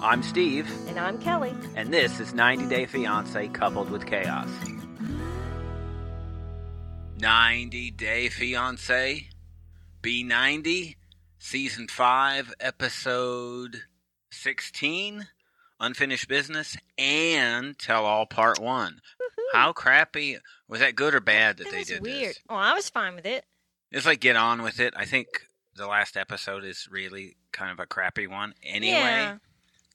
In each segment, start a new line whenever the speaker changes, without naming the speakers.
I'm Steve,
And I'm Kelly.
and this is 90 Day Fiancé coupled with chaos. 90 Day Fiancé, B90, Season 5, Episode 16, Unfinished Business, and Tell All Part 1. How crappy was that good or bad that,
That
they
was
did
weird.
this?
Well, I was fine with it.
It's like get on with it. I think the last episode is really kind of a crappy one anyway.
yeah.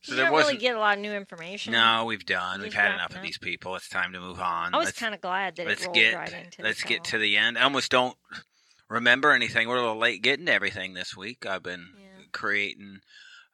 so
you
there
don't really
wasn't-
get a lot of new information.
No, we've done. We've
You've
had
wrapped
enough of
up.
these people. It's time to move on.
I was
Let's-
kind of glad that it
let's
rolled
get
right into
let's
the
get to
song.
the end. I almost don't remember anything. We're a little late getting to everything this week. I've been
Yeah.
creating.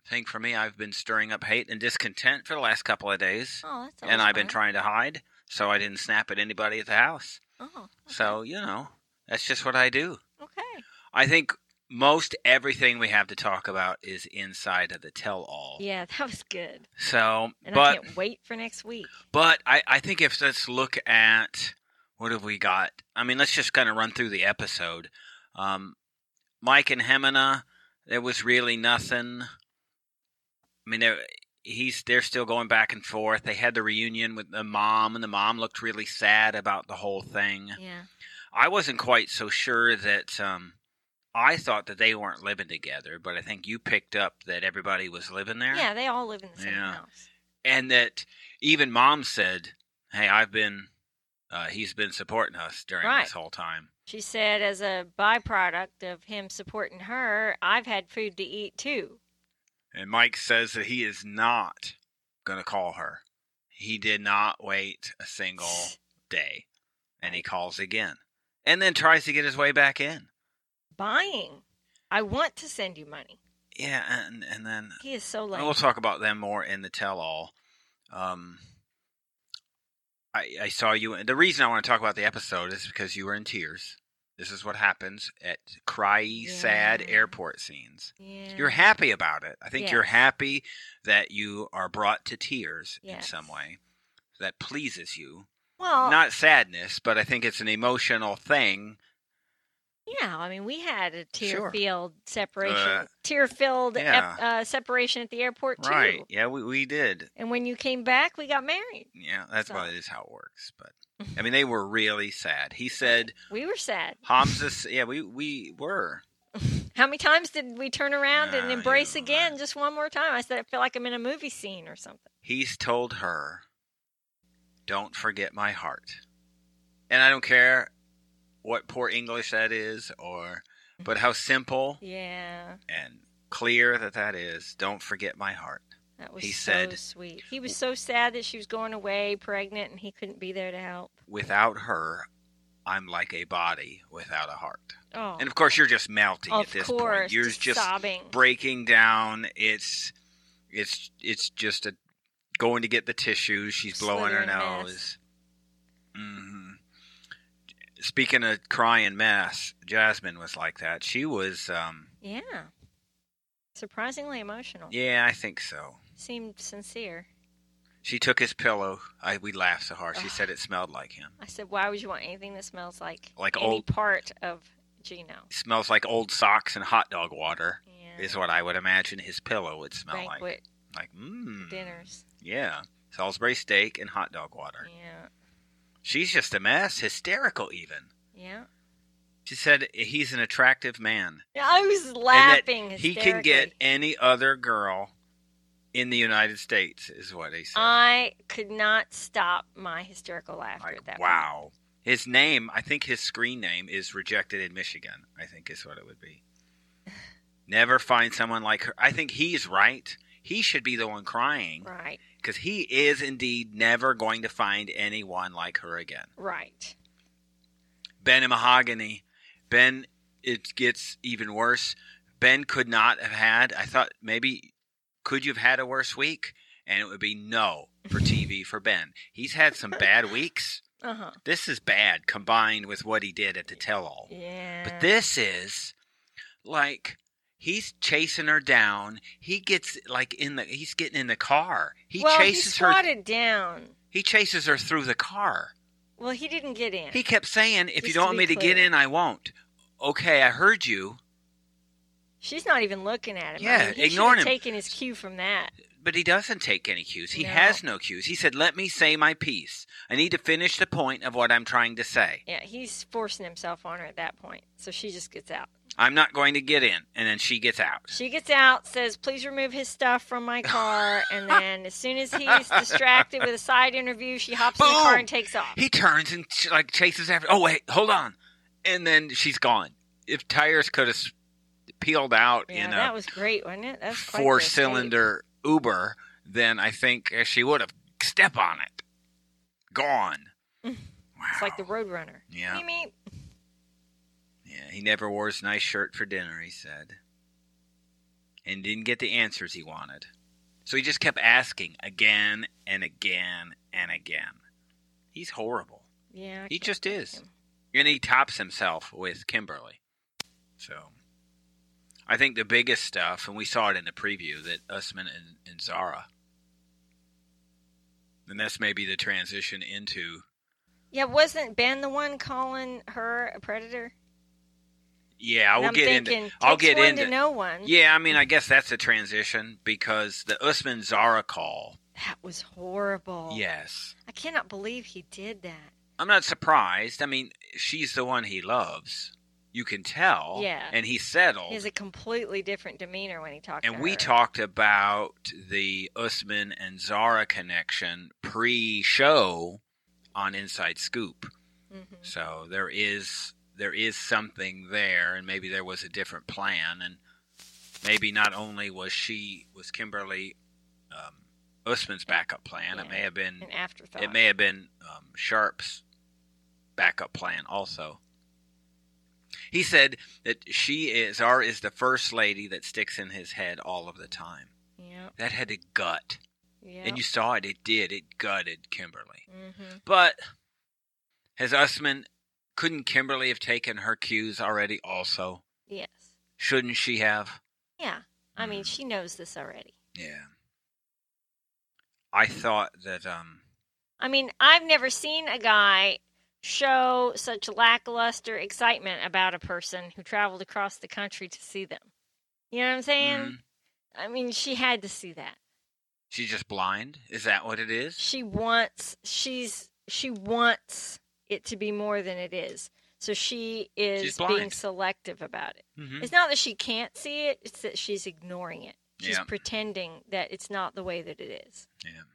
I think for me, I've been stirring up hate and discontent for the last couple of days,
Oh, that's
and
always
I've been
fun. Mm-hmm.
trying to hide, so I didn't snap at anybody at the house.
Oh,
So you know, that's just what I do.
okay.
I think most everything we have to talk about is inside of the tell-all.
Yeah, that was good.
So,
And
but
I can't wait for next week.
But I, I think if let's look at what have we got? I mean, let's just kind of run through the episode. Um, Mike and Hemina, there was really nothing. I mean, they're, he's they're still going back and forth. They had the reunion with the mom, and the mom looked really sad about the whole thing.
Yeah.
I wasn't quite so sure that. Um, I thought that they weren't living together, but I think you picked up that everybody was living there
Yeah, they all live in the same
Yeah.
house.
and that even mom said, "Hey, I've been, uh, he's been supporting us during
Right.
this whole time."
She said, as a byproduct of him supporting her, I've had food to eat too.
And Mike says that he is not going to call her. He did not wait a single day, and he calls again, and then tries to get his way back in.
Buying. I want to send you money.
Yeah, and and then
He is so lame.
we'll talk about them more in the tell-all. Um, I, I saw you. The reason I want to talk about the episode is because you were in tears. This is what happens at cryy, sad
Yeah.
airport scenes.
yeah.
You're happy about it. I think you're
Yes.
happy that you are brought to tears in
Yes.
some way that pleases you.
well,
Not sadness, but I think it's an emotional thing.
Yeah, I mean, we had
Sure.
a tear filled separation,
Uh,
tear filled
yeah.
uh, separation at the airport too.
Right. Yeah, we, we did.
And when you came back, we got married.
Yeah, that's
So-
about it is how it works. But I mean, they were really sad. He said,
We were sad.
Hamza, yeah, we we were.
How many times did we turn around
Ah,
and embrace
you're
again,
right.
just one more time? I said, I feel like I'm in a movie scene or something.
He's told her, "Don't forget my heart," and I don't care what poor English that is, or but how simple
Yeah,
and clear that that is. Don't forget my heart.
that was
He
so
said-
sweet. He was so sad that she was going away, pregnant, and he couldn't be there to help.
Without her, I'm like a body without a heart.
Oh,
And of course, you're just melting
of
at this
course,
point. You're
just,
just
sobbing.
breaking down. It's it's it's just a going to get the tissues. She's blowing her
Slithery mess.
nose. hmm Speaking of crying mess, Jasmine was like that. She was, um,
yeah, surprisingly emotional.
yeah, I think so.
Seemed sincere.
She took his pillow. I, we laughed so hard. She
Ugh.
said it smelled like him.
I said, why would you want anything that smells like
Like
any
old-
part of Gino?
It smells like old socks and hot dog water.
Yeah.
Is what I would imagine his pillow would smell
banquet
like. Like, mmm.
dinners.
Yeah. Salisbury steak and hot dog water.
Yeah.
She's just a mess, hysterical even.
Yeah.
She said he's an attractive man.
Yeah, I was
and
laughing.
that he can get
hysterically.
any other girl in the United States is what he said.
I could not stop my hysterical laughter
like
at that.
wow. His name, I think his screen name is rejected in Michigan. I think is what it would be. Never find someone like her. I think he's right. He should be the one crying
point. Right.
because he is indeed never going to find anyone like her again.
Right.
Ben and Mahogany. Ben, it gets even worse. Ben could not have had, I thought maybe, could you have had a worse week? And it would be no for TV for Ben. He's had some bad weeks.
Uh huh.
This is bad combined with what he did at the tell all.
Yeah.
Oh, But this is like he's chasing her down. He gets like in the he's getting in the car. He
well, he
chases her
squatted down.
he chases her through the car.
Well, he didn't get in.
He kept saying, "If you
Just
don't
to
want
be
me to get
clear.
in, I won't." Okay, I heard you.
She's not even looking at him. I
Yeah,
mean, he should
ignoring
have
him.
Taking his cue from that.
but he doesn't take any cues. He
No.
has no cues. He said, "Let me say my piece. I need to finish the point of what I'm trying to say.
Yeah, he's forcing himself on her at that point. So she just gets out.
I'm not going to get in." And then she gets out.
She gets out, says, please remove his stuff from my car. And then as soon as he's distracted with a side interview, she hops in the car
Boom!
and takes off.
He turns and ch- like chases after. Oh wait, hold on. And then she's gone. If tires could have s- peeled out
Yeah,
in
that
a
was great, wasn't it? That's quite the
four cylinder Uber, then I think uh, she would have step on it. Gone. wow.
escape. It's like the Roadrunner.
Yeah.
Meep, meep.
Yeah, he never wore his nice shirt for dinner, he said. And didn't get the answers he wanted. So he just kept asking again and again and again. He's horrible.
Yeah. I
He
can't
just
stand
is.
him.
And he tops himself with Kimberly. So I think the biggest stuff, and we saw it in the preview, that Usman and, and Zara. And that's maybe the transition into
Yeah, wasn't Ben the one calling her a predator?
Yeah, I
And
will
I'm
get
thinking,
into I'll
takes
get
one
into
to no one.
Yeah, I mean, I guess that's a transition because the Usman Zara call.
That was horrible.
Yes.
I cannot believe he did that.
I'm not surprised. I mean, she's the one he loves. You can tell.
Yeah.
And he settled.
He has a completely different demeanor when he talks
and
to
we
her.
talked about the Usman and Zara connection pre show on Inside Scoop.
Mhm.
So there is there is something there and maybe there was a different plan and maybe not only was she was Kimberly um, Usman's backup plan, it
Yeah.
may have been
An afterthought.
it may have been um, Sharp's backup plan also. He said that she is, or is the first lady that sticks in his head all of the time.
Yeah.
That had to gut.
Yeah.
And you saw it, it did. It gutted Kimberly.
hmm
But has Usman, couldn't Kimberly have taken her cues already also?
Yes.
Shouldn't she have?
Yeah. I mean,
Mm.
she knows this already.
Yeah. I thought that, um,
I mean, I've never seen a guy show such lackluster excitement about a person who traveled across the country to see them. You know what I'm saying?
mm,
I mean, she had to see that.
she's just blind? Is that what it is?
She wants she's she wants it to be more than it is. So she is being
blind.
selective about it.
Mm-hmm.
It's not that she can't see it, it's that she's ignoring it. She's
Yeah.
pretending that it's not the way that it is.
Yeah.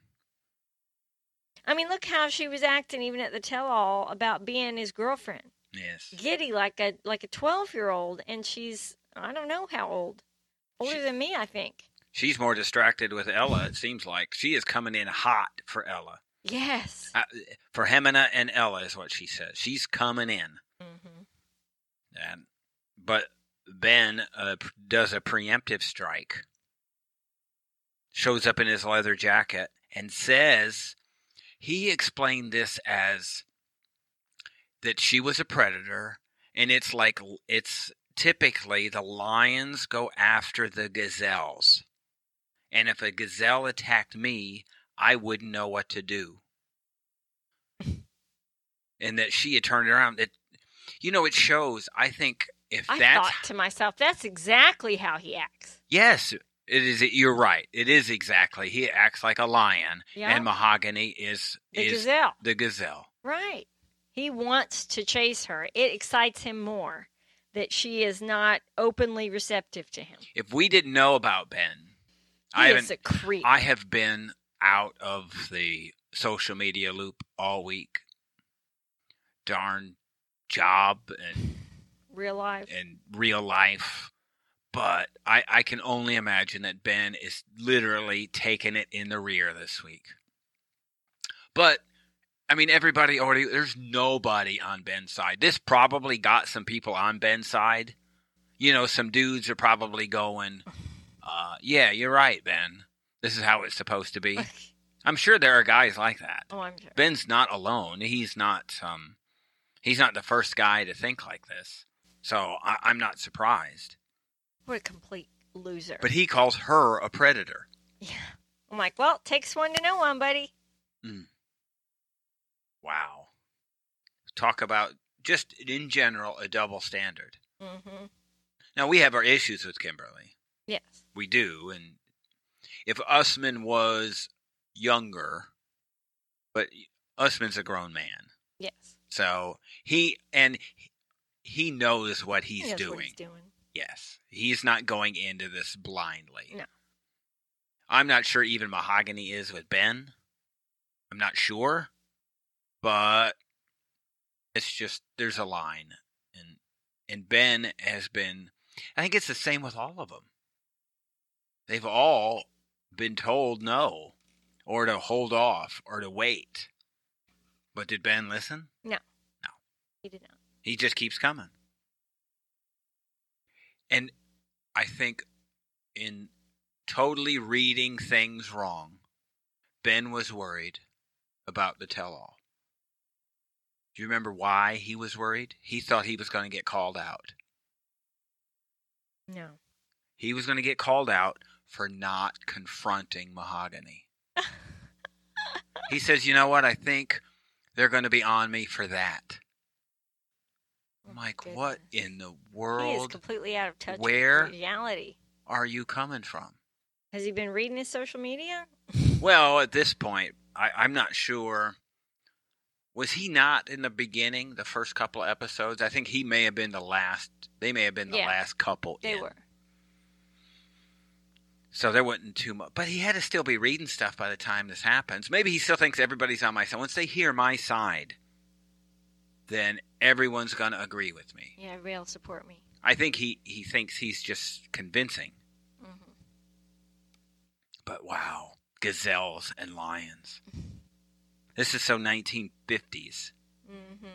I mean, look how she was acting even at the tell all about being his girlfriend.
Yes.
giddy like a like a 12 year old and she's i don't know how old older
She-
than me i think
She's more distracted with Ella, it seems like. She is coming in hot for Ella.
yes
Uh, for Hemina and Ella is what she says. She's coming in.
hmm
And, but Ben uh, p- does a preemptive strike, shows up in his leather jacket, and says he explained this as that she was a predator, and it's like l- it's typically the lions go after the gazelles. And if a gazelle attacked me, I wouldn't know what to do. And that she had turned around. It, you know, it shows. I think if
i
that's
thought to myself that's exactly how he acts
Yes, it is. You're right. It is exactly. He acts like a lion,
Yeah.
and mahogany is
the
is
gazelle
the gazelle.
right he wants to chase her it excites him more that she is not openly receptive to him
If we didn't know about Ben,
he
I
is
haven't.
a creep
I have been out of the social media loop all week. Darn job and
real life
and real life. But I, I can only imagine that Ben is literally taking it in the rear this week. But I mean, everybody already, there's nobody on Ben's side. This probably got some people on Ben's side. You know, some dudes are probably going, uh, yeah, you're right, Ben. This is how it's supposed to be. I'm sure there are guys like that.
oh i'm sure
Ben's not alone. He's not um he's not the first guy to think like this. So I, I'm not surprised.
what a complete loser
But he calls her a predator.
yeah i'm like well takes one to know one buddy
Wow. Talk about just in general a double standard.
hmm
Now we have our issues with Kimberly.
yes
We do, and if Usman was younger, but Usman's a grown man,
Yes.
so he and he knows what he's
He knows
doing.
What he's doing.
Yes. He's not going into this blindly.
No.
I'm not sure even Mahogany is with Ben. I'm not sure. But it's just there's a line and and Ben has been I think it's the same with all of them. They've all been told no or to hold off or to wait. But did Ben listen?
He did not.
He just keeps coming. And I think in totally reading things wrong, Ben was worried about the tell all. Do you remember why he was worried? He thought he was going to get called out.
No.
He was going to get called out for not confronting Mahogany. he says, You know what? I think they're going to be on me for that.
Oh
I'm
my
like, what
goodness.
in the
He is
world?
completely out of touch
Where?
with reality.
are you coming from?
Has he been reading his social media?
Well, at this point, I, I'm not sure. Was he not in the beginning, the first couple of episodes? I think he may have been the last. They may have been the
Yeah,
last couple.
They
in.
were.
So there wasn't too much. But he had to still be reading stuff by the time this happens. Maybe he still thinks everybody's on my side. Once they hear my side, then everyone's going to agree with me.
Yeah, everybody will support me.
I think he, he thinks he's just convincing.
hmm
But wow, gazelles and lions. This is so 1950s.
hmm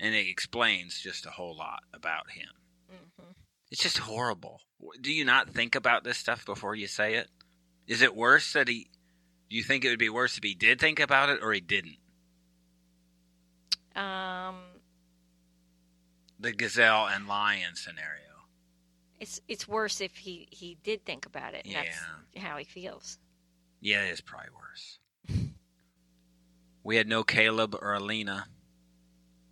and it explains just a whole lot about him.
hmm
It's just horrible. Do you not think about this stuff before you say it? Is it worse that he? Do you think it would be worse if he did think about it or he didn't?
Um,
The gazelle and lion scenario.
it's it's worse if he he did think about it. and That's how he feels.
Yeah, it is probably worse. we had no Caleb or Alina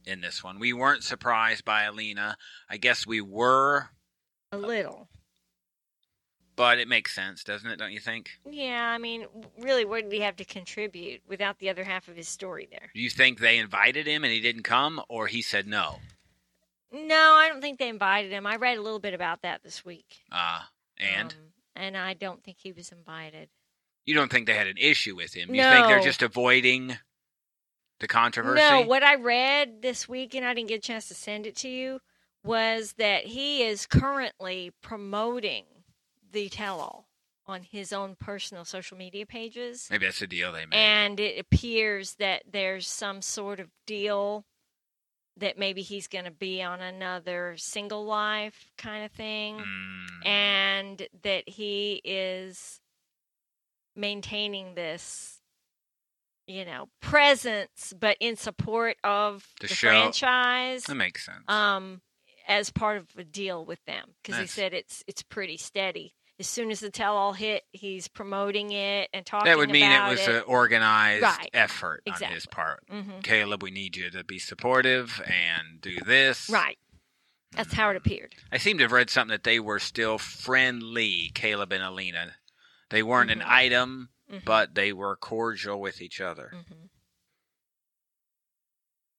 in this one. We weren't surprised by Alina. I guess we were,
A little.
but it makes sense, doesn't it? Don't you think?
Yeah, I mean, really, what did he have to contribute without the other half of his story there?
Do you think they invited him and he didn't come, or he said no?
No, I don't think they invited him. I read a little bit about that this week.
Uh, and
Um, and I don't think he was invited.
you don't think they had an issue with him? You think they're
No.
just avoiding the controversy?
No, what I read this week, and I didn't get a chance to send it to you, was that he is currently promoting the tell all on his own personal social media pages.
Maybe that's the deal they made.
And it appears that there's some sort of deal that maybe he's going to be on another single life kind of thing.
Mm.
And that he is maintaining this, you know, presence, but in support of
The
the,
show.
franchise
that makes sense.
um, as part of a deal with them because he
Nice.
said it's it's pretty steady. As soon as the tell all hit, he's promoting it and talking.
that would mean it
about
was an organized
Right.
effort on his
Exactly.
part.
Mhm.
Caleb, we need you to be supportive and do this.
right. That's how it
Mm-hmm.
appeared.
I seem to have read something that they were still friendly, Caleb and Alina. They weren't an
Mhm.
item,
Mhm.
but they were cordial with each other.
Mhm. Mm-hmm.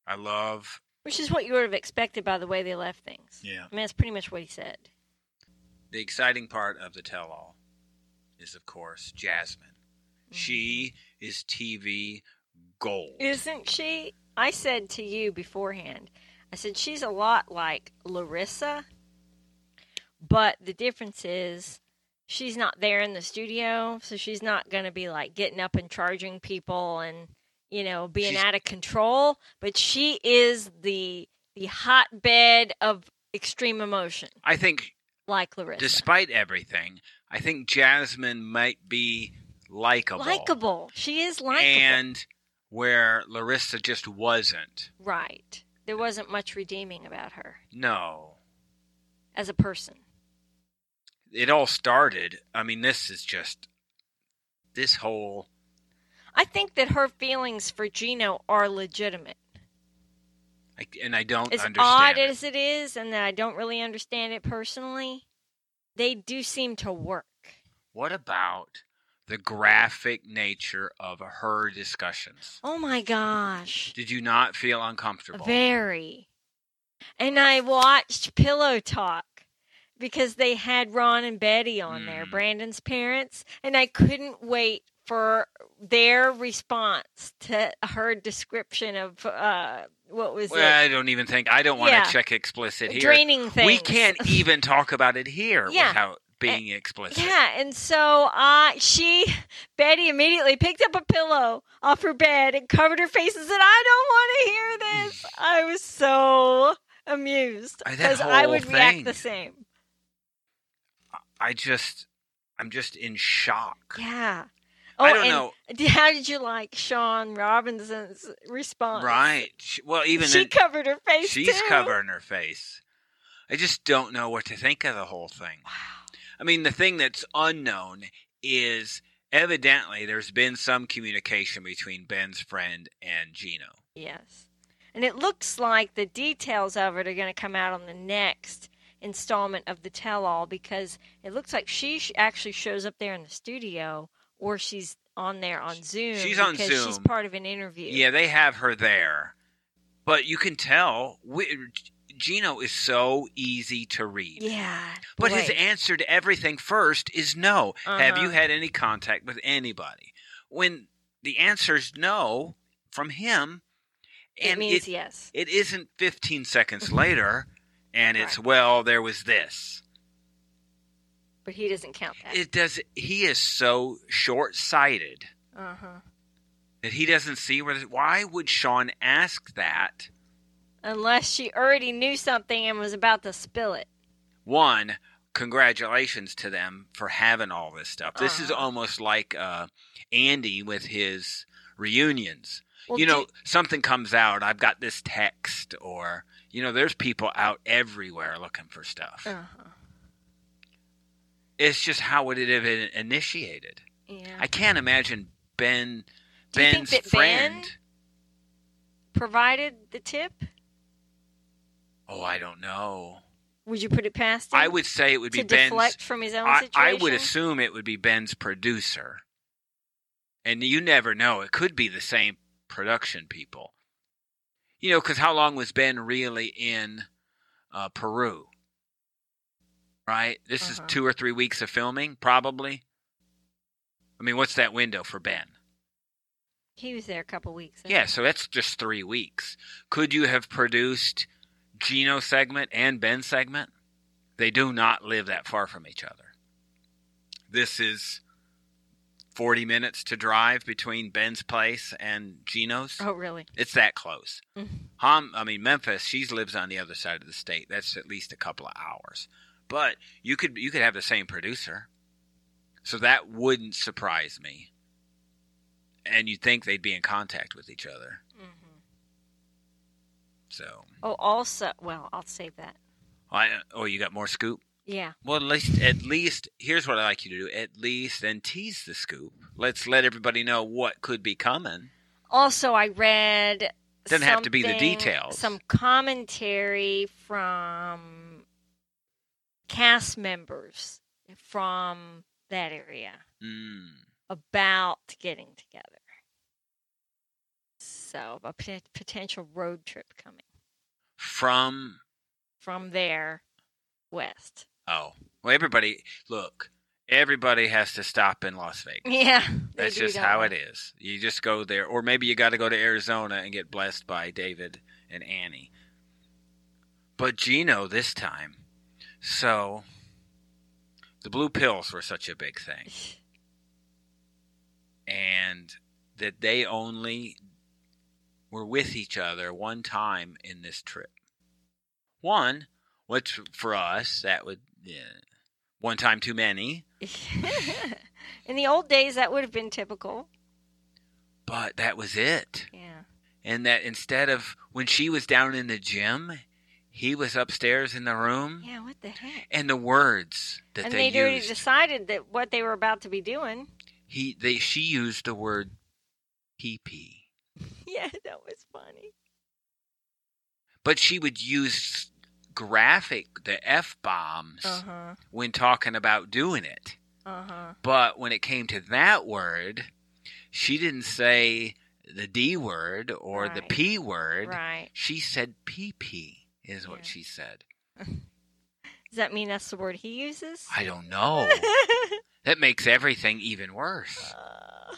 I love.
which is what you would have expected by the way they left things.
Yeah.
I mean, that's pretty much what he said.
The exciting part of the tell all is, of course, Jasmine.
Mhm.
She is TV gold.
isn't she? I said to you beforehand. I said she's a lot like Larissa, but the difference is she's not there in the studio, so she's not going to be like getting up and charging people and you know being
She's-
out of control. But she is the the hotbed of extreme emotion,
I think,
like Larissa.
despite everything, I think Jasmine might be likable.
likable, she is likable,
And where Larissa just wasn't.
right? There wasn't much redeeming about her
No.
as a person.
It all started. I mean, this is just. This whole.
I think that her feelings for Gino are legitimate.
I, and I don't
As
understand.
odd
it.
as it is, and that I don't really understand it personally, they do seem to work.
What about the graphic nature of her discussions?
Oh my gosh.
Did you not feel uncomfortable?
Very. And I watched Pillow Talk because they had Ron and Betty on there,
Mm.
Brandon's parents, and I couldn't wait for their response to her description of uh, what was
well, I don't even think I don't want
Yeah.
to check explicit
it?
here.
Draining things.
We can't even talk about it here
Yeah. Eh,
without being explicit.
Yeah, and so uh, she, Betty, immediately picked up a pillow off her bed and covered her face and said, "I don't want to hear this." I was so amused
That
because I
whole
would react
thing.
the same.
I just, I'm just in shock.
Yeah.
I don't
Oh, and
know.
d- How did you like Sean Robinson's response?
Right? She- Well, even
uh, she
in-
covered her face.
she's
too.
covering her face. I just don't know what to think of the whole thing. I mean, the thing that's unknown is evidently there's been some communication between Ben's friend and Gino.
Yes. And it looks like the details of it are going to come out on the next installment of the tell all because it looks like she sh- actually shows up there in the studio or she's on there on Zoom.
She's on
because She's
Zoom.
part of an interview.
Yeah, they have her there, but you can tell we, Gino is so easy to read.
Yeah.
But
boy.
his answer to everything first is no. Have you
Uh-huh.
had any contact with anybody? When the answer is no from him,
it
and
means
it,
yes.
it isn't 15 seconds later, and it's
Right.
well, there was this.
But he doesn't count that.
It does. He is so short-sighted
uh huh.
that he doesn't see where. this- Why would Sean ask that?
Unless she already knew something and was about to spill it.
One, congratulations to them for having all this stuff. This is
Uh-huh.
almost like uh, Andy with his reunions.
Well,
you
do-
know, something comes out. I've got this text, or you know, there's people out everywhere looking for stuff.
Uh-huh.
It's just how would it have been initiated?
Yeah.
I can't imagine Ben.
Do you think
Ben's
that Ben-
friend.
Provided the tip,
Oh, I don't know.
would you put it past him?
I would say it would
to
be Ben's.
deflect from his own
I,
situation.
I would assume it would be Ben's producer. And you never know; it could be the same production people. You know, because how long was Ben really in uh, Peru? Right. This
Uh-huh.
is two or three weeks of filming, probably. I mean, what's that window for Ben?
He was there a couple weeks. I
Yeah,
think.
so that's just three weeks. Could you have produced Gino segment and Ben segment? They do not live that far from each other. This is 40 minutes to drive between Ben's place and Gino's.
Oh, really?
It's that close.
Mhm.
Hom, I mean Memphis. She lives on the other side of the state. That's at least a couple of hours. But you could you could have the same producer, so that wouldn't surprise me. And you'd think they'd be in contact with each other.
Mhm.
So,
Oh, also, well, I'll save that.
I, oh, you got more scoop.
Yeah.
Well, at least at least here's what I like you to do. At least then tease the scoop. Let's let everybody know what could be coming.
Also, I read.
Doesn't have to be the
something-
details.
Some commentary from cast members from that area
Mm.
about getting together. So, a pot- potential road trip coming
From
from there west.
oh, well, everybody look. Everybody has to stop in Las Vegas.
Yeah. they
That's
do,
just
don't
how
they?
it is. You just go there, or maybe you got to go to Arizona and get blessed by David and Annie. But Gino this time, so the blue pills were such a big thing, and that they only were with each other one time in this trip. One, which for us that would yeah, one time too many.
In the old days, that would have been typical.
But that was it.
Yeah.
and that instead of when she was down in the gym, he was upstairs in the room,
Yeah, what the heck?
and the words that
and
they,
they'd already
used,
decided that what they were about to be doing.
he they she used the word pee pee,
Yeah, that was funny.
but she would use graphic the f bombs
Uh huh.
when talking about doing it.
Uh huh.
But when it came to that word, she didn't say the D word or the
Right.
P word.
Right.
She said PP is
Yeah.
what she said.
Does that mean that's the word he uses?
I don't know. that makes everything even worse.
Uh,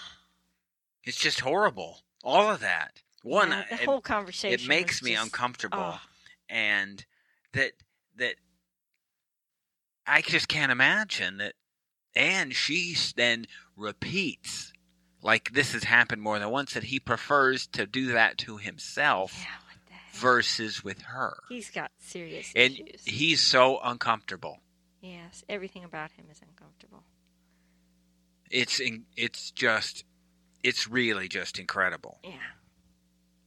It's just horrible. All of that. One,
yeah, the
it,
whole conversation.
it makes
was
me
just-
uncomfortable,
oh.
and that that I just can't imagine that. And she s- then repeats, like this has happened more than once, that he prefers to do that to
Yeah, what
himself
the heck?
versus with her.
He's got serious
And
issues.
he's so uncomfortable.
yes, everything about him is uncomfortable.
It's in, it's just it's really just incredible.
Yeah.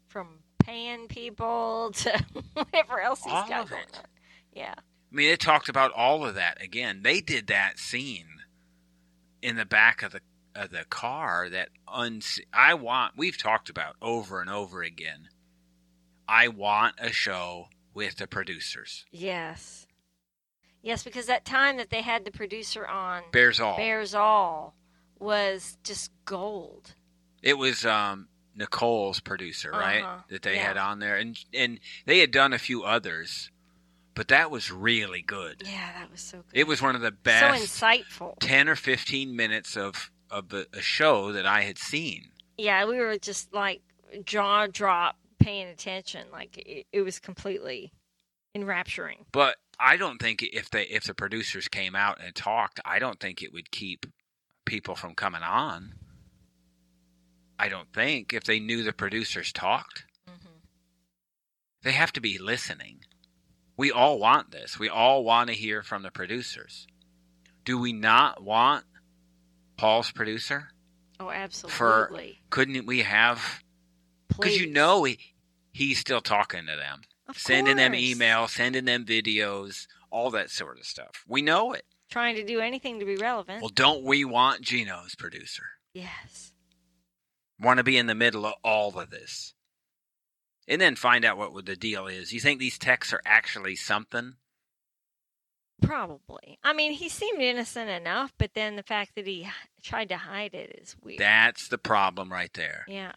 From paying people to whatever else he's
All
got
of
going
it.
on. Yeah.
I mean, it talked about all of that again. They did that scene in the back of the of the car that uns I want. We've talked about over and over again. I want a show with the producers.
Yes. Yes, because that time that they had the producer on
Bears all.
Bears All was just gold.
It was um, Nicole's producer, right?
Uh-huh.
That they
Yeah.
had on there, and and they had done a few others, but that was really good.
Yeah, that was so good.
It was one of the
so
best
insightful.
ten or fifteen minutes of of a, a show that I had seen.
Yeah, we were just like jaw drop paying attention. Like it, it was completely enrapturing.
But I don't think if they if the producers came out and talked, I don't think it would keep people from coming on. I don't think if they knew the producers talked,
Mm-hmm.
they have to be listening. We all want this. We all want to hear from the producers. Do we not want Paul's producer?
Oh, absolutely.
Couldn't we have because you
Please.
know he, he's still talking to them,
Of
sending them
course.
emails, sending them videos, all that sort of stuff. We know it.
trying to do anything to be relevant.
Well, don't we want Gino's producer?
yes.
Want to be in the middle of all of this? And then find out what the deal is. You think these texts are actually something?
Probably. I mean, he seemed innocent enough, but then the fact that he h- tried to hide it is weird.
That's the problem right there.
yeah,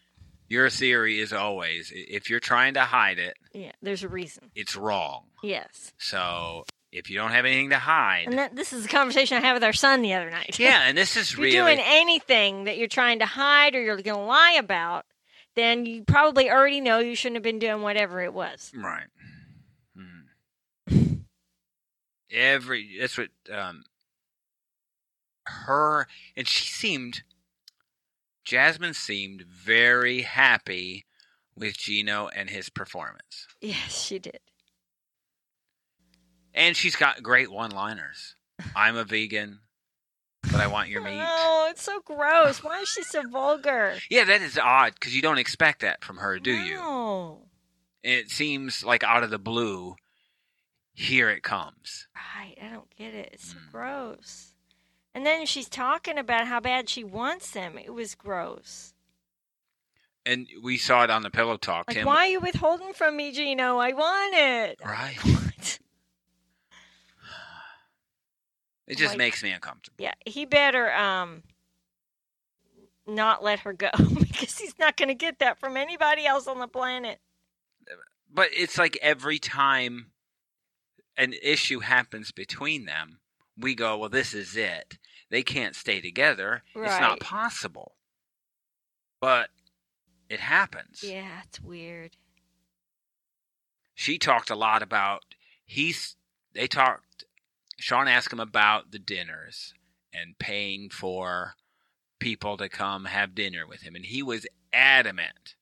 Your theory is always i- if you're trying to hide it,
yeah. There's a reason.
it's wrong.
Yes.
So if you don't have anything to hide,
And that, this is a conversation I had with our son the other night.
yeah, and this is
if you're
really
doing anything that you're trying to hide or you're going to lie about, then you probably already know you shouldn't have been doing whatever it was.
Right. Mm. Every that's what um her and she seemed Jasmine seemed very happy with Gino and his performance.
Yes, she did.
And she's got great one-liners. I'm a vegan, but I want your meat.
Oh, it's so gross. Why is she so vulgar?
Yeah, that is odd cuz you don't expect that from her, do you?
No.
It seems like out of the blue here it comes.
Right. I don't get it. It's so
Mm.
gross. And then she's talking about how bad she wants him. It was gross.
And we saw it on the pillow talk.
Like,
Tim
why are you withholding from me, Gino? I want it.
Right.
What?
It just
Like-
makes me uncomfortable.
Yeah, he better um not let her go because he's not going to get that from anybody else on the planet.
But it's like every time an issue happens between them, we go, well, this is it. They can't stay together. It's
Right.
not possible. But it happens.
Yeah, it's weird.
She talked a lot about he's they talked Sean asked him about the dinners and paying for people to come have dinner with him and he was adamant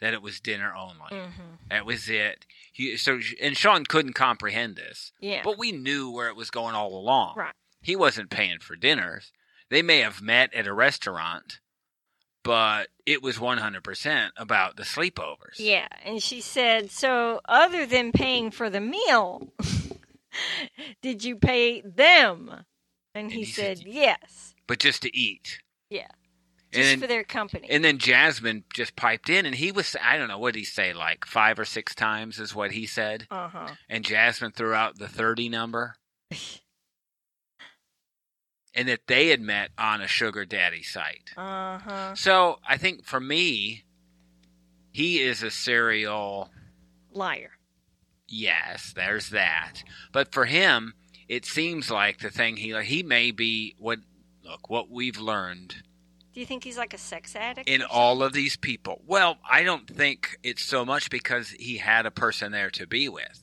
that it was dinner only.
Mm-hmm.
That was it. He, so and Sean couldn't comprehend this,
Yeah.
but we knew where it was going all along.
Right.
He wasn't paying for dinners. They may have met at a restaurant, but it was 100% about the sleepovers.
Yeah, and she said, "So other than paying for the meal, did you pay them?" And he,
he
said,
said,
"Yes."
But just to eat.
Yeah. Just
And
for
then,
their company.
and then Jasmine just piped in, and he was, I don't know, what did he say? Like five or six times is what he said.
uh-huh.
And Jasmine threw out the 30 number. and that they had met on a sugar daddy site.
Uh huh.
So I think for me, he is a serial.
Liar.
Yes, there's that. But for him, it seems like the thing he he may be what look what we've learned
Do you think he's like a sex addict?
in
or
all of these people. Well, I don't think it's so much because he had a person there to be with.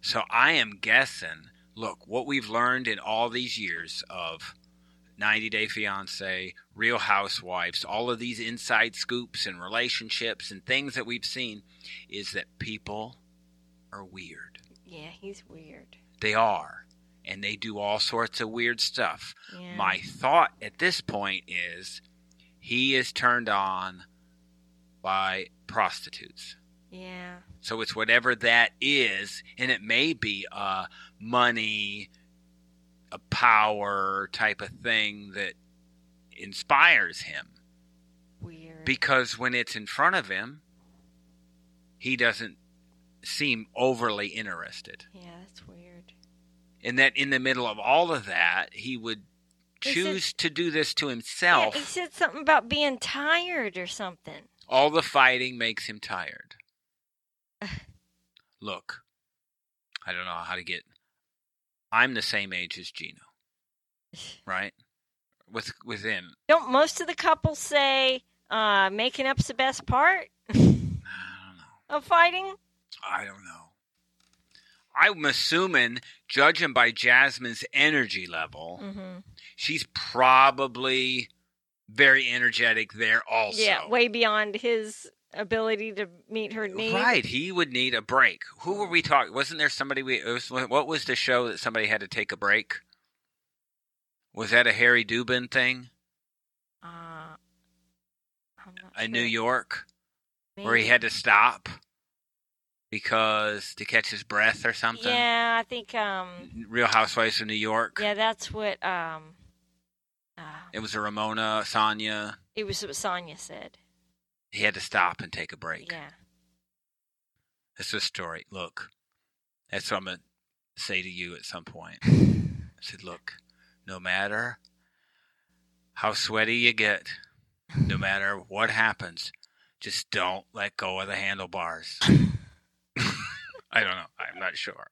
So I am guessing, look, what we've learned in all these years of 90 Day Fiancé, Real Housewives, all of these inside scoops and relationships and things that we've seen is that people are weird.
something? Yeah, he's weird.
They are. And they do all sorts of weird stuff.
Yeah.
My thought at this point is he is turned on by prostitutes.
Yeah.
So it's whatever that is, and it may be uh, money, a power type of thing that inspires him.
Weird.
Because when it's in front of him, he doesn't seem overly interested.
yeah, that's weird.
And that in the middle of all of that, he would
This is-
choose to do this to himself.
Yeah, he said something about being tired or something.
All the fighting makes him tired. Look, I don't know how to get. I'm the same age as Gino, right? With within,
Don't most of the couples say uh, making up's the best part
I don't know.
of fighting?
I don't know. I'm assuming, judging by Jasmine's energy level,
Mm-hmm.
she's probably very energetic there also.
Yeah, way beyond his ability to meet her needs.
Right, he would need a break. Who were we talking? Wasn't there somebody we? It was, what was the show that somebody had to take a break? Was that a Harry Dubin thing
Uh, I'm not
in New
sure.
York, where he
Maybe.
had to stop because to catch his breath or something?
Yeah, I think. Um,
Real Housewives of New York.
yeah, that's what. Um, uh,
It was a Ramona Sonia.
it was what Sonya said.
He had to stop and take a break.
Yeah.
That's the story. Look, that's what I'm gonna say to you at some point. I said, look, no matter how sweaty you get, no matter what happens, just don't let go of the handlebars. I don't know. I'm not sure.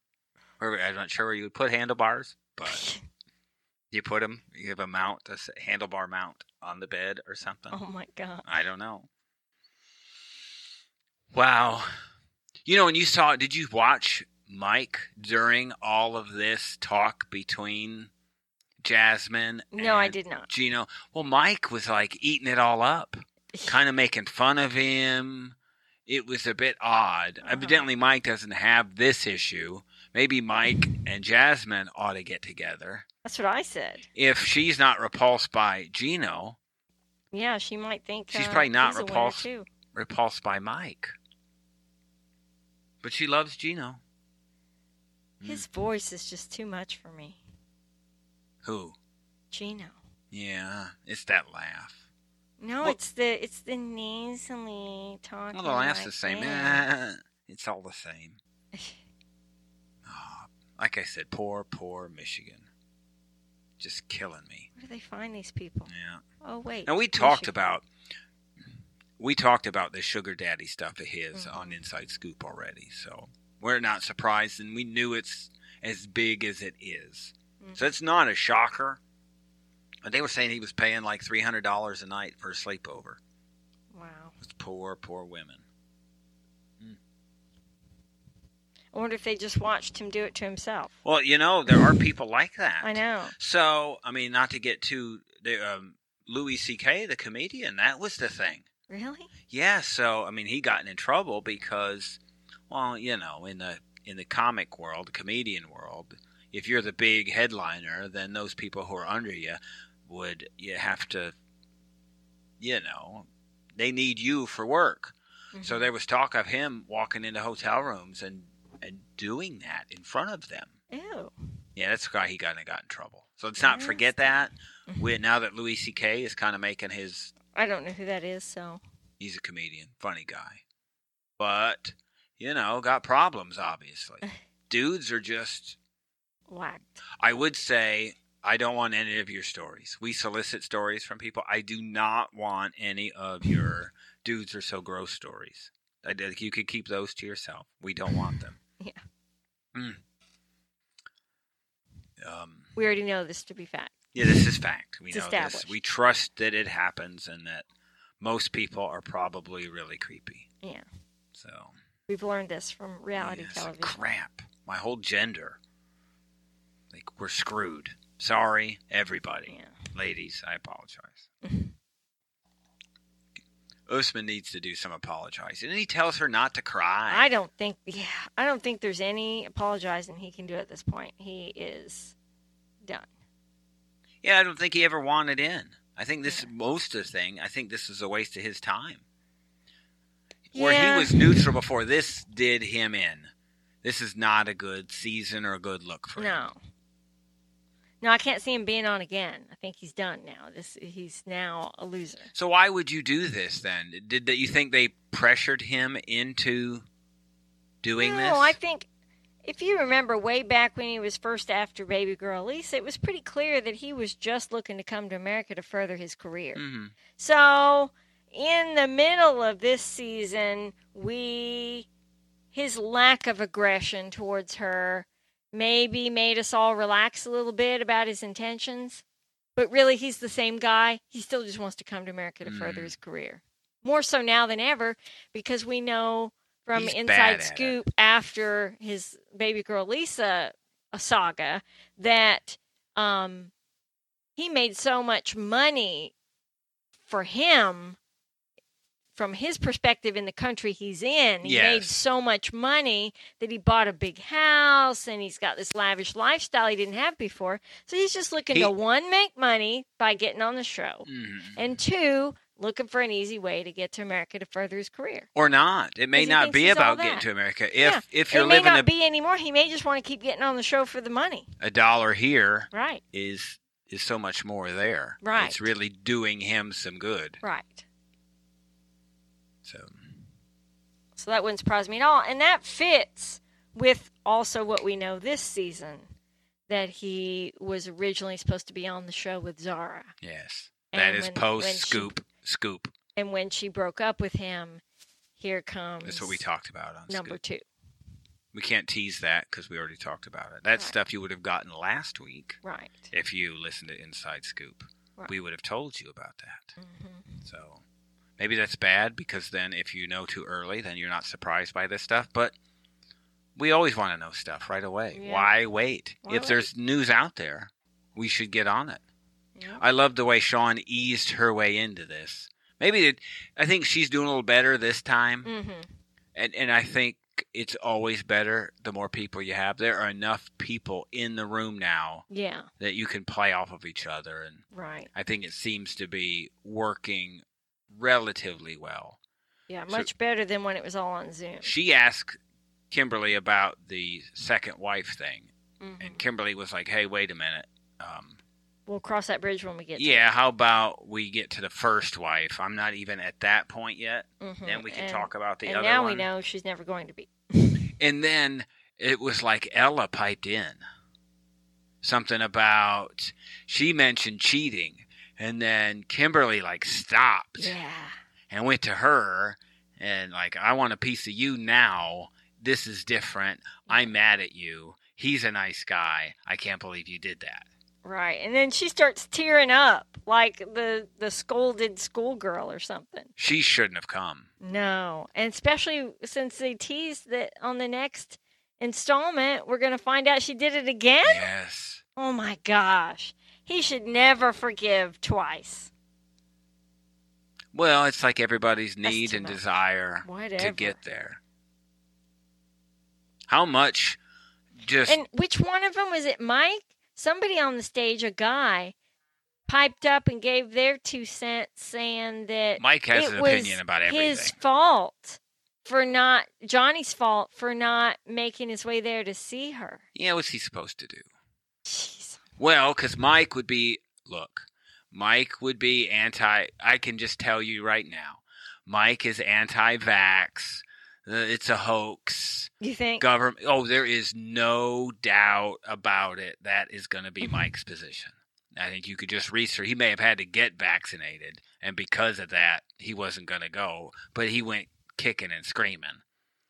Or I'm not sure where you would put handlebars, but you put them, you have a mount, a s- handlebar mount on the bed or something.
oh my god.
I don't know. Wow. You know, when you saw, did you watch Mike during all of this talk between Jasmine?
No, I
and
did not.
Gino. Well, Mike was like eating it all up, kind of making fun of him. It was a bit odd.
Uh-huh.
Evidently, Mike doesn't have this issue. Maybe Mike and Jasmine ought to get together.
That's what I said.
If she's not repulsed by Gino,
Yeah, she might think
She's
uh,
probably not
he's a winner,
repulsed.
too.
repulsed by Mike. But she loves Gino.
His
Mm-hmm.
voice is just too much for me,
Who?
Gino.
Yeah, it's that laugh.
No,
Well-
it's the it's the nasally talking.
Well, the laugh's
like
the same.
that.
Eh, it's all the same. Ah, like I said, poor, poor Michigan. Just killing me.
Where do they find these people?
Yeah.
Oh wait.
Now we talked
Michigan.
about we talked about the sugar daddy stuff of his
Mhm.
on Inside Scoop already, so we're not surprised, and we knew it's as big as it is.
Mm-hmm.
So it's not a shocker. But they were saying he was paying like three hundred dollars a night for a sleepover
Wow.
with poor, poor women.
I wonder if they just watched him do it to himself.
Well, you know there are people like that.
I know.
So I mean, not to get too the um, Louis C.K. the comedian, that was the thing.
Really?
Yeah, so I mean, he gotten in trouble because, well, you know, in the in the comic world, comedian world, if you're the big headliner, then those people who are under you would you have to, you know, they need you for work.
Mm-hmm.
So there was talk of him walking into hotel rooms and and doing that in front of them.
Ew.
Yeah, that's why he kind of got in trouble. So let's not forget that. We, now that Louis C.K. is kind of making his
I don't know who that is, so
He's a comedian, funny guy. But, you know, got problems, obviously. Dudes are just,
whacked.
I would say, I don't want any of your stories. We solicit stories from people. I do not want any of your dudes are so gross stories. I, did- you could keep those to yourself. We don't want them.
Yeah.
Mm. Um,
We already know this to be fact.
yeah, this is fact. We
It's
know this.
established.
We trust that it happens and that most people are probably really creepy.
Yeah.
So
We've learned this from reality
yeah, it's like,
television.
crap. My whole gender. Like we're screwed. Sorry, everybody.
yeah.
Ladies, I apologize. Usman needs to do some apologizing. And he tells her not to cry.
I don't think yeah, I don't think there's any apologizing he can do at this point. He is done.
yeah, I don't think he ever wanted in. I think this most of the thing, I think this is a waste of his time. Where
Yeah.
he was neutral before this did him in. This is not a good season or a good look for him.
No. No, I can't see him being on again. I think he's done now. This he's now a loser.
So why would you do this then? Did that you think they pressured him into doing
no,
this?
I think if you remember way back when he was first after Baby Girl Lisa, it was pretty clear that he was just looking to come to America to further his career.
Mhm.
So, in the middle of this season, we his lack of aggression towards her maybe made us all relax a little bit about his intentions. But really, he's the same guy. He still just wants to come to America to further
Mm.
his career. More so now than ever because we know from
He's bad
Inside
at it.
Scoop after his baby girl Lisa saga that um, he made so much money for him from his perspective in the country he's in. He made
Yes.
so much money that he bought a big house and he's got this lavish lifestyle he didn't have before. So he's just looking
He-
to one make money by getting on the show
Mhm.
and two looking for an easy way to get to America to further his career.
or not. It may
'Cause he
not
thinks
be
he's all
about getting
that.
to America. If
Yeah.
if
It
you're
may
living
not
a,
be anymore. He may just want to keep getting on the show for the money.
a dollar here
Right.
is is so much more there.
Right.
It's really doing him some good.
Right.
So
So that wouldn't surprise me at all. And that fits with also what we know this season that he was originally supposed to be on the show with Zara.
yes.
And
that is
when-
post
when she-
scoop scoop.
And when she broke up with him, here comes
That's what we talked about on
number
scoop.
two.
We can't tease that because we already talked about it. That's
Right.
stuff you would have gotten last week
Right.
if you listened to Inside Scoop.
Right.
We would have told you about that.
hmm
So maybe that's bad because then if you know too early, then you're not surprised by this stuff. But we always want to know stuff right away.
Yeah.
Why wait?
Why
if
wait?
there's news out there, we should get on it.
Yeah.
I love the way Sean eased her way into this. Maybe it, I think she's doing a little better this time,
hmm
and and I think it's always better the more people you have. There are enough people in the room now
yeah.
that you can play off of each other and
Right.
I think it seems to be working relatively well.
Yeah.
So-
Much better than when it was all on Zoom.
She asked Kimberly about the second wife thing,
Mhm.
and Kimberly was like, "Hey, wait a minute. Um,
We'll cross that bridge when we get
yeah, how about we get to the first wife? I'm not even at that point yet.
to it. Mhm.
Then we can
and,
talk about the
And
other
now
one."
we know she's never going to be.
And then it was like Ella piped in something about she mentioned cheating, and then Kimberly like stopped.
Yeah.
and went to her and like I want a piece of you now. This is different. I'm mad at you. He's a nice guy. I can't believe you did that.
Right. And then she starts tearing up like the the scolded schoolgirl or something.
She shouldn't have come.
No. And especially since they teased that on the next installment we're going to find out she did it again.
Yes.
Oh my gosh. He should never forgive twice.
Well, it's like everybody's
That's
need
too
and
much.
desire
Whatever.
to get there. How much just
And which one of them was it? Mike? Somebody on the stage, a guy, piped up and gave their two cents, saying that
Mike has
it
an
was
opinion about everything.
his fault for not Johnny's fault for not making his way there to see her.
Yeah, what's he supposed to do?
Jeez.
Well, because Mike would be, look, Mike would be anti, I can just tell you right now, Mike is anti vax. It's a hoax.
You think?
Government, oh, there is no doubt about it. That is going to be
Mhm.
Mike's position. I think you could just research. He may have had to get vaccinated, and because of that, he wasn't going to go. But he went kicking and screaming.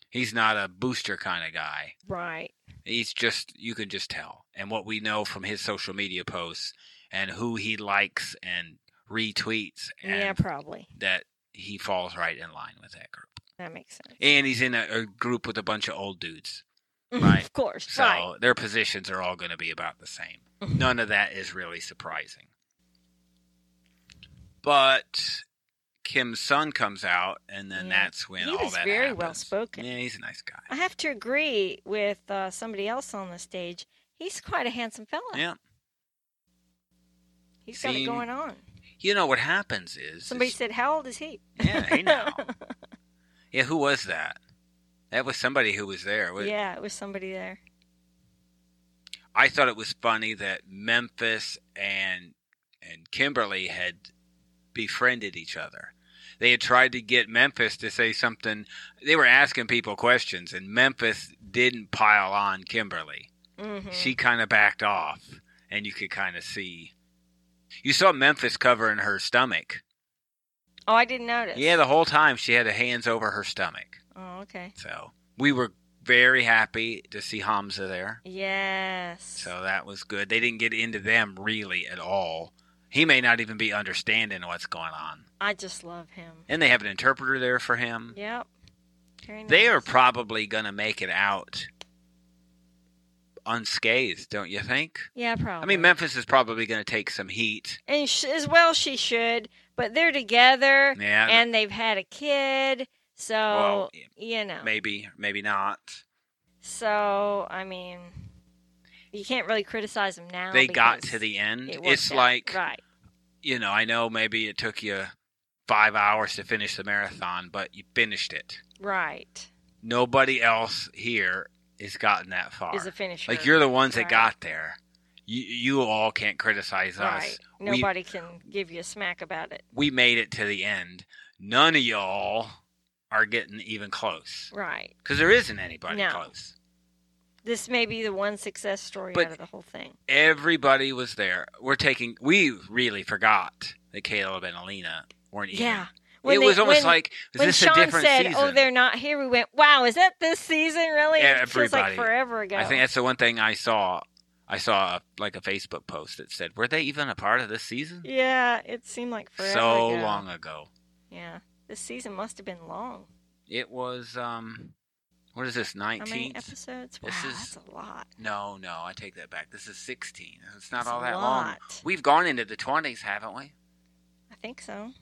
He's not a booster kind of guy.
Right.
He's just you can just tell. And what we know from his social media posts and who he likes and retweets and
yeah, probably.
that he falls right in line with that group.
That makes sense.
And he's in a, a group with a bunch of old dudes. Right.
of course.
So
Right.
their positions are all going to be about the same.
Mhm.
None of that is really surprising. But Kim's son comes out, and then
Yeah.
that's when
He
all
was
that
very
happens.
well spoken.
Yeah, he's a nice guy.
I have to agree with uh, somebody else on the stage. He's quite a handsome fella.
Yeah.
He's got
See,
it going on.
You know what happens is
Somebody
is-
said, "How old is he?"
Yeah, hey now. yeah, who was that? That was somebody who was there. Wa-
Yeah, it was somebody there.
I thought it was funny that Memphis and and Kimberly had befriended each other. They had tried to get Memphis to say something. They were asking people questions, and Memphis didn't pile on Kimberly.
hmm
She kind of backed off, and you could kind of see. You saw Memphis covering her stomach.
oh, I didn't notice.
Yeah, the whole time she had her hands over her stomach.
oh, okay.
So we were very happy to see Hamza there.
Yes.
So that was good. They didn't get into them really at all. He may not even be understanding what's going on.
I just love him.
And they have an interpreter there for him.
Yep. Very
Hmm. They are
nice.
probably going to make it out unscathed, don't you think?
Yeah,
I
probably.
mean, Memphis is probably going to take some heat.
and sh- as well she should, but they're together
Yeah,
and they've had a kid, so
Well,
you know.
maybe, maybe not.
So I mean, you can't really criticize them now.
They got
because
to the end.
it worked
It's
out.
like
right.
you know, I know maybe it took you five hours to finish the marathon, but you finished it.
Right
Nobody else here has gotten that far.
is a finisher.
like you're the ones that
Right.
got there. You you all can't criticize
right.
us. We-
Nobody can give you a smack about it.
We made it to the end. None of y'all are getting even close
Right.
because there isn't anybody
No.
close.
This may be the one success story
But-
out of the whole thing.
Everybody was there. We're taking. We really forgot that Caleb and Alina weren't even.
Yeah.
it
they-
was almost
when-
like is
when
this
Sean
a different
said,
season?
"Oh, they're not here," we went, "Wow, is that this season? Really? It feels like
Everybody.
forever ago."
I think that's the one thing I saw. I saw like a Facebook post that said, "Were they even a part of this season?"
yeah, it seemed like forever
so
ago.
long ago.
Yeah, this season must have been long.
It was um, what is this?
How many
Nineteenth?
episodes? Wow,
This is-
that's a lot.
No, no, I take that back. This is sixteen. It's not
That's
all
a
that long.
lot.
We've gone into the twenties, haven't we?
I think so.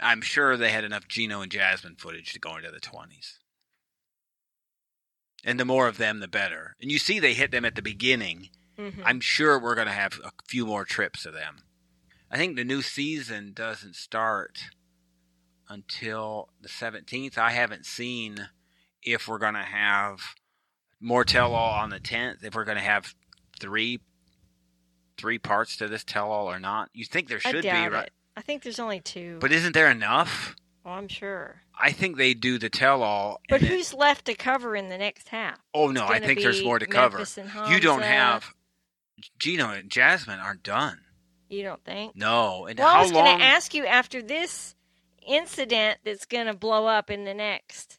I'm sure they had enough Gino and Jasmine footage to go into the twenties. And the more of them, the better. And you see, they hit them at the beginning,
hmm
I'm sure we're going to have a few more trips of them. I think the new season doesn't start until the 17th. I haven't seen if we're going to have more tell all on the 10th, if we're going to have three three parts to this tell all or not. You think there
I
should be,
doubt
right?
it. I think there's only two.
But isn't there enough?
oh, I'm sure.
I think they do the tell all.
But who's left to cover in the next half?
Oh no, I
Gonna
think there's
be
more to cover.
Memphis and
You don't
Hamza?
have Gino and Jasmine aren't done.
You don't think?
No, and
well,
how
I was
long?
going to ask you after this incident that's going to blow up in the next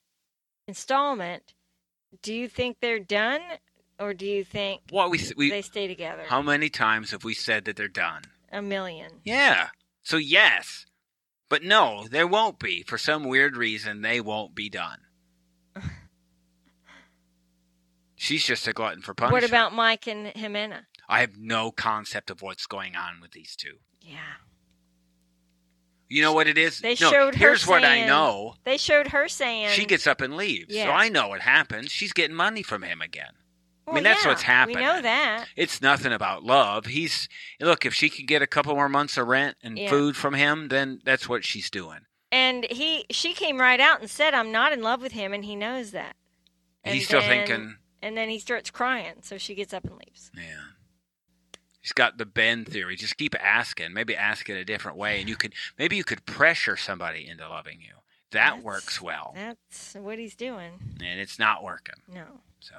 installment. Do you think they're done, or do you think
What we we
they stay together?
how many times have we said that they're done?
A million.
Yeah. So yes, but no, there won't be for some weird reason. They won't be done. She's just a glutton for punishment.
What about Mike and Jimena?
I have no concept of what's going on with these two.
Yeah,
You know what it is?
They
no,
showed her
Here's what I
saying-
know.
they showed her saying
She gets up and leaves.
Yeah.
So I know what happens. She's getting money from him again. I
Well,
mean, that's
yeah,
what's happening.
We know that.
it's nothing about love. He's look, if she can get a couple more months of rent and
Yeah.
food from him, then that's what she's doing.
And he, she came right out and said, "I'm not in love with him," and he knows that.
And
And
he's still
then-
thinking,
And then he starts crying, so she gets up and leaves.
yeah. He's got the Ben theory. Just keep asking. Maybe ask it a different way, and you could maybe you could pressure somebody into loving you. That
That's-
works well,
That's what he's doing.
and it's not working.
No,
So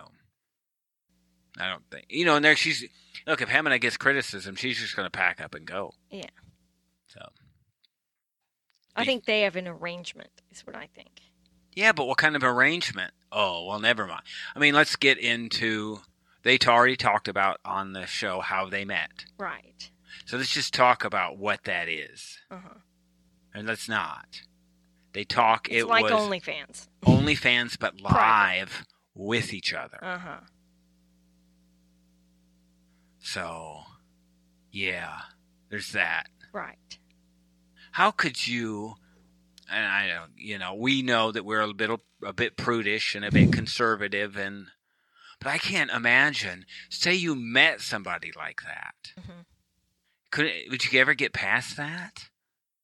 I don't think you know. And there she's look if Hamina gets criticism, she's just going to pack up and go.
Yeah.
So
I
Be-
think they have an arrangement, is what I think.
yeah, but what kind of arrangement? Oh well, never mind. I mean, let's get into they t- already talked about on the show how they met.
Right.
So let's just talk about what that is,
Uh huh.
and let's not. They talk.
It's
it
like
was
OnlyFans.
OnlyFans, but
Private.
live with each other.
Uh huh.
So, yeah, there's that.
Right.
How could you? And I don't, you know, we know that we're a bit a bit prudish and a bit conservative, and but I can't imagine. Say you met somebody like that.
Mhm.
Could would you ever get past that?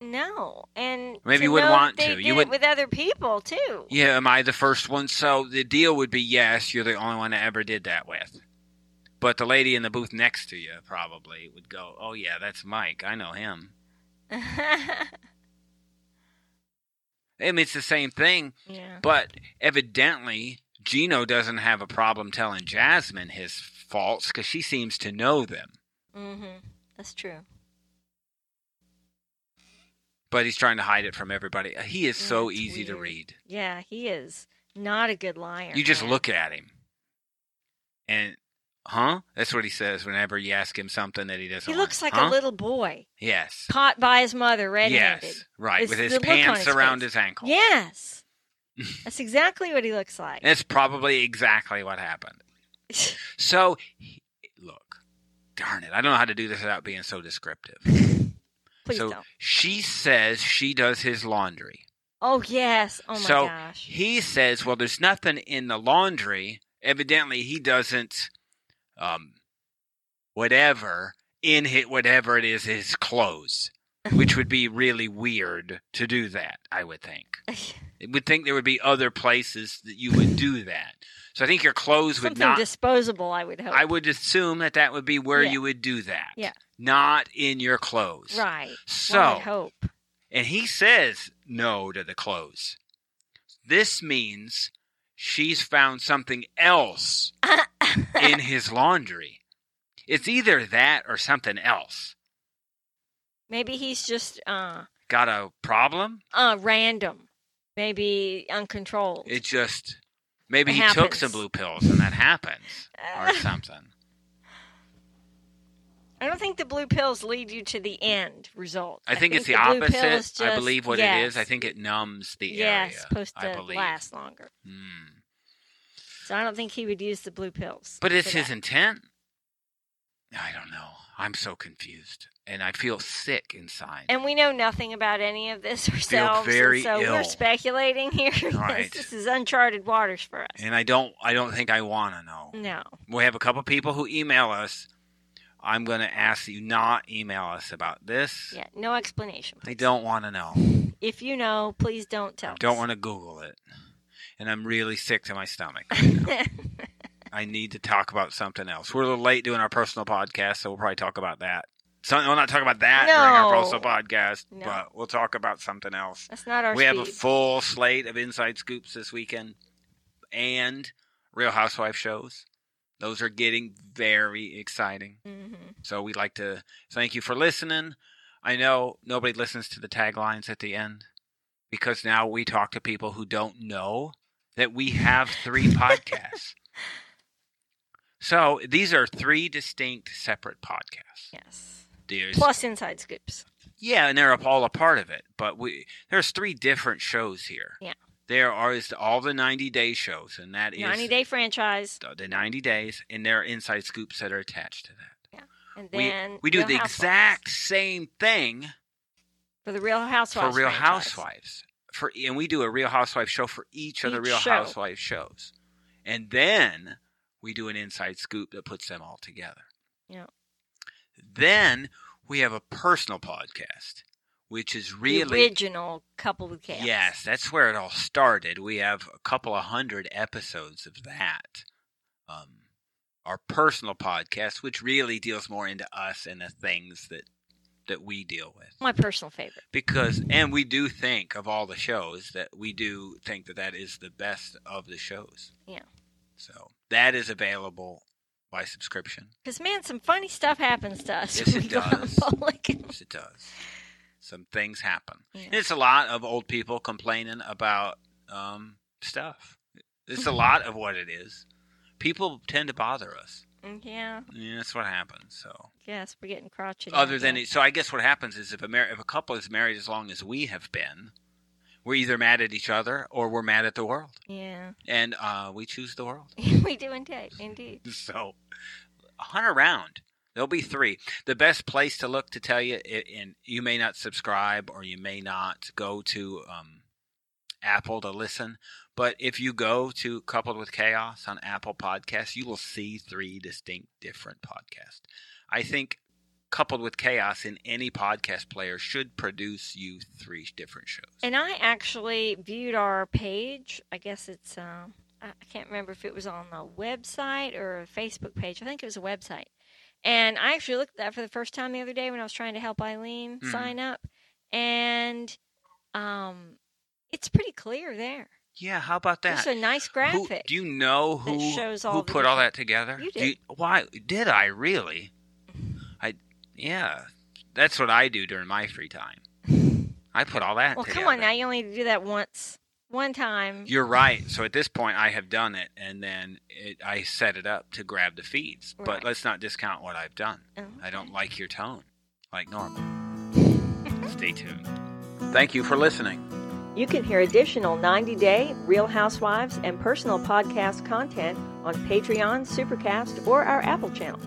No, and
Maybe
to
you wouldn't
know
want
they
to.
Did
You
it
wouldn't-
with other people too.
Yeah, am I the first one? So the deal would be yes, you're the only one I ever did that with. But the lady in the booth next to you probably would go, "Oh yeah, that's Mike. I know him." I mean, it's the same thing,
yeah.
but evidently Gino doesn't have a problem telling Jasmine his faults because she seems to know them.
Mm-hmm. That's true.
But he's trying to hide it from everybody. Uh, He is
Yeah,
so
it's
easy to
Mm, weird.
read.
Yeah, he is not a good liar.
You just
man.
look at him, and huh? That's what he says whenever you ask him something that he doesn't.
He looks
want.
like
Huh?
a little boy
Yes.
caught by his mother red-handed.
Yes, right,
It's
with
the
his
look on
pants
his
around
face.
his ankles.
Yes. That's exactly what he looks like.
That's probably exactly what happened. So, he- look, darn it, I don't know how to do this without being so descriptive.
Please
so
don't.
she says she does his laundry.
Oh yes. Oh my
so
gosh.
he says, well, there's nothing in the laundry. Evidently, he doesn't, um, whatever in hit whatever it is his clothes, which would be really weird to do that. I would think. It would think there would be other places that you would do that. So I think your clothes would
Something
not.
disposable, I would hope.
I would assume that that would be where
Yeah.
you would do that.
Yeah.
Not in your clothes.
right. One would
So,
hope.
and he says no to the clothes. This means she's found something else in his laundry. It's either that or something else.
Maybe he's just uh
Got a problem?
uh random. Maybe uncontrolled.
It just maybe
It
he took
happens.
some blue pills and that happens or
Uh,
something.
I don't think the blue pills lead you to the end result.
I think, it's the,
blue
opposite.
pills
I
just-
believe what it
yes,
is. I think it numbs the
yeah,
area.
it's supposed
I
to
believe.
last longer.
Hmm.
So I don't think he would use the blue pills.
But it's
for
his
that.
intent. I don't know. I'm so confused, and I feel sick inside.
And we know nothing about any of this ourselves, and
very
so
ill.
we're speculating here. because
Right.
this is uncharted waters for us.
And I don't. I don't think I want to know.
no,
We have a couple people who email us. I'm going to ask that you not email us about this.
yeah, no explanation.
I
please.
don't want to know.
If you know, please don't tell.
I don't
us.
want to Google it. And I'm really sick to my stomach. right now. I need to talk about something else. We're a little late doing our personal podcast, so we'll probably talk about that. So, we'll not talk about that during our
No.
personal podcast,
No.
but we'll talk about something else.
That's not our
we have a
speed.
full slate of inside scoops this weekend and Real Housewife shows. Those are getting very exciting.
Mhm.
So we'd like to thank you for listening. I know nobody listens to the taglines at the end because now we talk to people who don't know that we have three podcasts. So these are three distinct separate podcasts.
Yes.
There's,
Plus inside scoops.
yeah, and they're all a part of it, but we there's three different shows here.
Yeah.
There are is all the 90 day shows and that is
90 day franchise.
the- the 90 days and there are inside scoops that are attached to that.
And
We-
then
we, do
Real
the
Housewives.
exact same thing
For the Real Housewives.
for Real
franchise.
Housewives. For and we do a Real Housewife show for each of the
Each
Real
show.
Housewife shows, and then we do an inside scoop that puts them all together.
Yep.
Then we have a personal podcast, which is
The
really
original couple of chaos.
yes, that's where it all started. We have a couple of hundred episodes of that. Um, our personal podcast, which really deals more into us and the things that that we deal with
My personal favorite.
because and we do think of all the shows that we do think that that is the best of the shows
Yeah.
so that is available by subscription.
Because man, some funny stuff happens to us
Yes,
when
it
we go out in
does.
public.
Yes, it does. Some things happen.
Yeah.
It's a lot of old people complaining about um, stuff. It's a lot of what it is. People tend to bother us.
yeah,
Yeah, that's what happens. So,
yes, we're getting crotchety.
other than
it.
it, so I guess what happens is if a mar- if a couple is married as long as we have been, we're either mad at each other or we're mad at the world,
Yeah,
and uh, we choose the world.
we do indeed. Indeed.
So, hunt around. There'll be three. The best place to look to tell you, i- and you may not subscribe or you may not go to um, Apple to listen, but if you go to Coupled with Chaos on Apple Podcasts, you will see three distinct different podcasts. I think Coupled with Chaos in any podcast player should produce you three different shows.
And I actually viewed our page. I guess it's um, I I can't remember if it was on the website or a Facebook page. I think it was a website. And I actually looked at that for the first time the other day when I was trying to help Eileen
Mhm.
sign up, and um, it's pretty clear there.
yeah, how about that?
There's a nice
Who-
graphic.
do you know who
shows
who
all the
put all that
different-
together?
You
Do
did.
why did I really? I yeah, that's what I do during my free time. I put all that.
well,
together.
come on now. You only need to do that once, one time.
You're right. So at this point, I have done it, and then it, I set it up to grab the feeds. But
Right.
let's not discount what I've done.
Oh,
I don't
okay.
like your tone, like normal. Stay tuned. Thank you for listening.
You can hear additional 90 day Real Housewives and personal podcast content on Patreon, Supercast, or our Apple channel.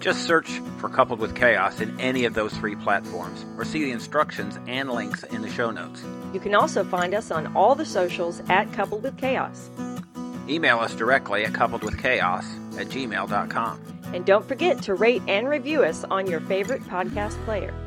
Just search for Coupled with Chaos in any of those three platforms, or see the instructions and links in the show notes.
You can also find us on all the socials at Coupled with Chaos.
Email us directly at coupledwithchaos at gmail.com.
And don't forget to rate and review us on your favorite podcast player.